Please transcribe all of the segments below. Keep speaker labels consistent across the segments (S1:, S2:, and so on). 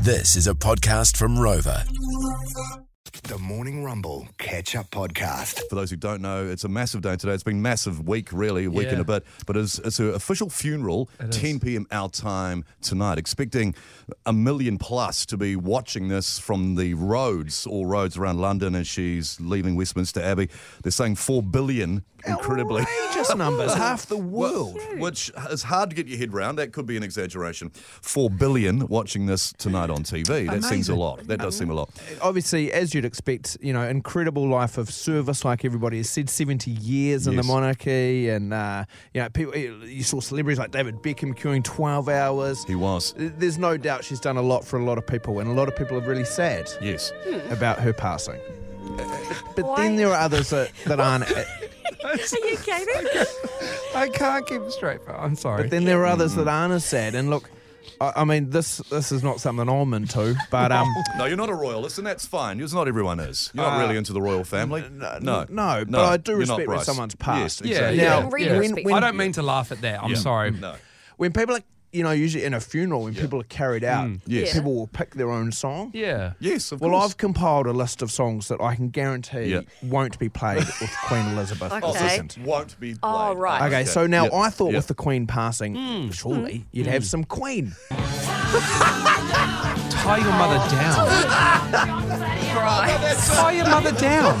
S1: This is a podcast from Rover.
S2: The Morning Rumble Catch Up Podcast.
S3: For those who don't know, it's a massive day today. It's been massive week, really, a week and a bit. But it's, it's her official funeral, 10 p.m. our time tonight. Expecting a million plus to be watching this from the roads, all roads around London as she's leaving Westminster Abbey. They're saying 4 billion, incredibly.
S4: Just numbers.
S3: Half the world, which is hard to get your head round. That could be an exaggeration. Four billion watching this tonight on TV. That seems a
S4: Amazing.
S3: lot. That does seem a lot.
S4: Obviously, as you'd expect, you know, incredible life of service, like everybody has said, 70 years in the
S3: Yes.
S4: monarchy. And, uh, you know, people, you saw celebrities like David Beckham queuing 12 hours.
S3: He was.
S4: There's no doubt she's done a lot for a lot of people, and a lot of people are really sad
S3: Yes.
S4: about her passing. But then there are others that, that aren't.
S5: Are you kidding?
S6: I can't keep a straight face. I'm sorry.
S4: But then there are others that aren't as sad. And look, I, I mean, this this is not something I'm into, but um,
S3: No, you're not a royalist, and that's fine. Because not everyone is. You're not
S4: Uh,
S3: really into the royal family. No, no,
S4: no, but I do
S3: you're not,
S4: respect when
S3: Bryce.
S4: someone's passed.
S3: Yes,
S6: yeah,
S3: exactly.
S4: Now,
S6: yeah,
S5: Real
S6: yeah.
S5: respect.
S6: I don't mean to laugh at that. I'm
S3: Yeah.
S6: sorry.
S3: No.
S4: when people are, you know, usually in a funeral, when people are carried out,
S3: Mm, Yes.
S4: people will pick their own song.
S6: Yeah.
S3: Yes, of
S4: Well,
S3: course.
S4: I've compiled a list of songs that I can guarantee
S3: Yeah.
S4: won't be played with Queen Elizabeth
S5: Okay.
S3: Oh, so
S4: II.
S3: it won't be. Played.
S5: Oh, right.
S4: Okay, so now
S3: Yeah.
S4: I thought
S3: Yeah. Hmm.
S4: with the Queen passing, surely you'd have some Queen.
S6: Tie your mother down. Tie your mother down.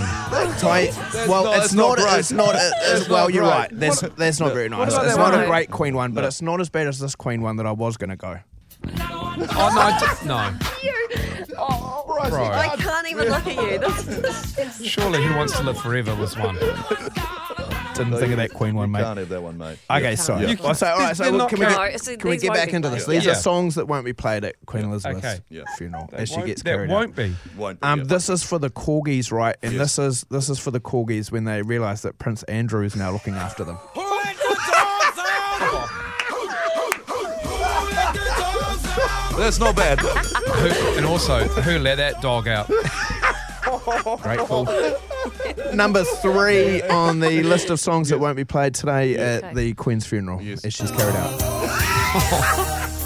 S4: Ty- well,
S3: not-
S4: it's
S3: that's not
S4: not.
S3: great.
S4: It's not. a- it's- Well, you're right. That's that's not very nice.
S6: about
S4: It's
S6: that
S4: not
S6: one
S4: a
S6: I-
S4: great Queen one, but it's not as bad as this Queen one that I was going to go.
S6: Oh no, I d- no.
S5: Oh,
S6: Bro.
S5: I can't even look at you. This
S6: Surely who wants to live forever was one.
S4: Didn't think of that Queen one,
S3: You
S4: mate.
S3: can't have that one, mate.
S4: Okay, sorry.
S6: You-
S4: Well, so, all right, so
S6: they're
S4: well,
S6: not
S4: can we
S6: count-
S4: get,
S5: No, it's-
S4: can we
S5: these
S4: get
S5: won't
S4: back
S5: be
S4: into this?
S5: played.
S4: These are
S6: Yeah.
S4: songs that won't be played at Queen Elizabeth's
S6: Okay.
S3: Yeah.
S4: funeral as she gets
S6: that
S4: carried out.
S6: won't be.
S3: Won't be.
S4: Um,
S3: yeah.
S4: this is for the corgis, right? And
S3: Yes.
S4: this is this is for the corgis when they realise that Prince Andrew is now looking after them.
S3: That's not bad.
S6: Who, and also, who let that dog out?
S4: Grateful. Number three on the list of songs that won't be played today at the Queen's funeral
S3: Yes.
S4: as she's carried out.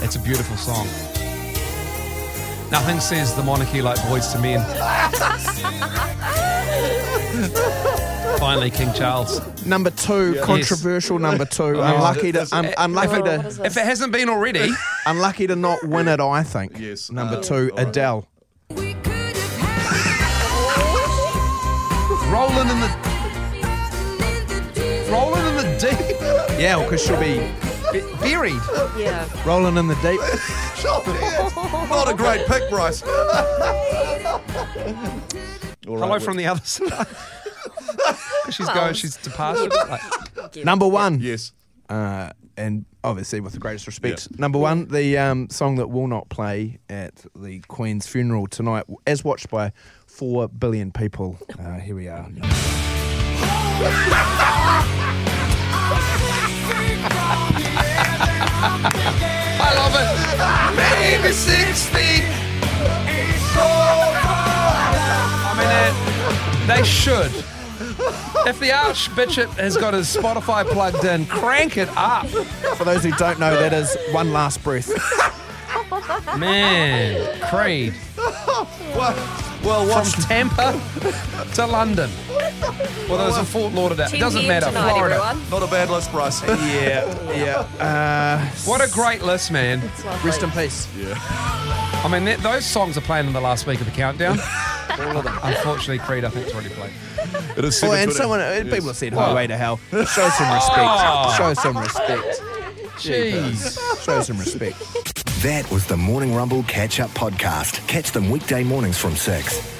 S6: It's a beautiful song. Nothing says the monarchy like boys to men. Finally, King Charles.
S4: Number two, controversial. Number two, unlucky to
S3: Oh, that's-
S4: un- unlucky
S5: what is
S4: to
S6: If it hasn't been already,
S4: unlucky to not win it. I think.
S3: Yes,
S4: Number
S3: uh,
S4: two,
S3: all right.
S4: Adele.
S6: rolling in the rolling in the deep,
S4: Yeah, because she'll be
S6: be- buried.
S5: yeah.
S4: rolling in the deep.
S3: Sure, yes. Not a great pick, Bryce. All right,
S6: Hello
S3: we-
S6: from the other side. she's going. She's departed. Like,
S4: Number one.
S3: Yes.
S4: uh, and obviously with the greatest respect. Number one, the um, song that will not play at the Queen's funeral tonight, as watched by four billion people. Uh, here we are.
S6: I love it. Maybe sixty. I mean, uh, they, they should. If the Archbishop has got his Spotify plugged in, crank it up,
S4: For those who don't know, that is one last breath.
S6: man. Creed
S3: Well, well
S6: from
S3: watched.
S6: Tampa to London. Well, there was a Fort Lauderdale. It
S5: 10
S6: doesn't
S5: p.m.
S6: matter.
S5: Tonight,
S6: Florida.
S5: everyone.
S3: Not a bad list, Bryce.
S4: Yeah, yeah.
S6: What a great list, man.
S4: Uh, rest in peace.
S6: I mean, that, those songs are playing in the last week of the countdown. Unfortunately, Creed, I think, it's already played.
S3: It is
S4: Oh, and
S3: 7:20.
S4: someone, uh, people have said highway to hell. Show some respect. Show some respect.
S6: Jeez.
S4: Show some respect.
S2: That was the Morning Rumble Catch Up Podcast. Catch them weekday mornings from 6.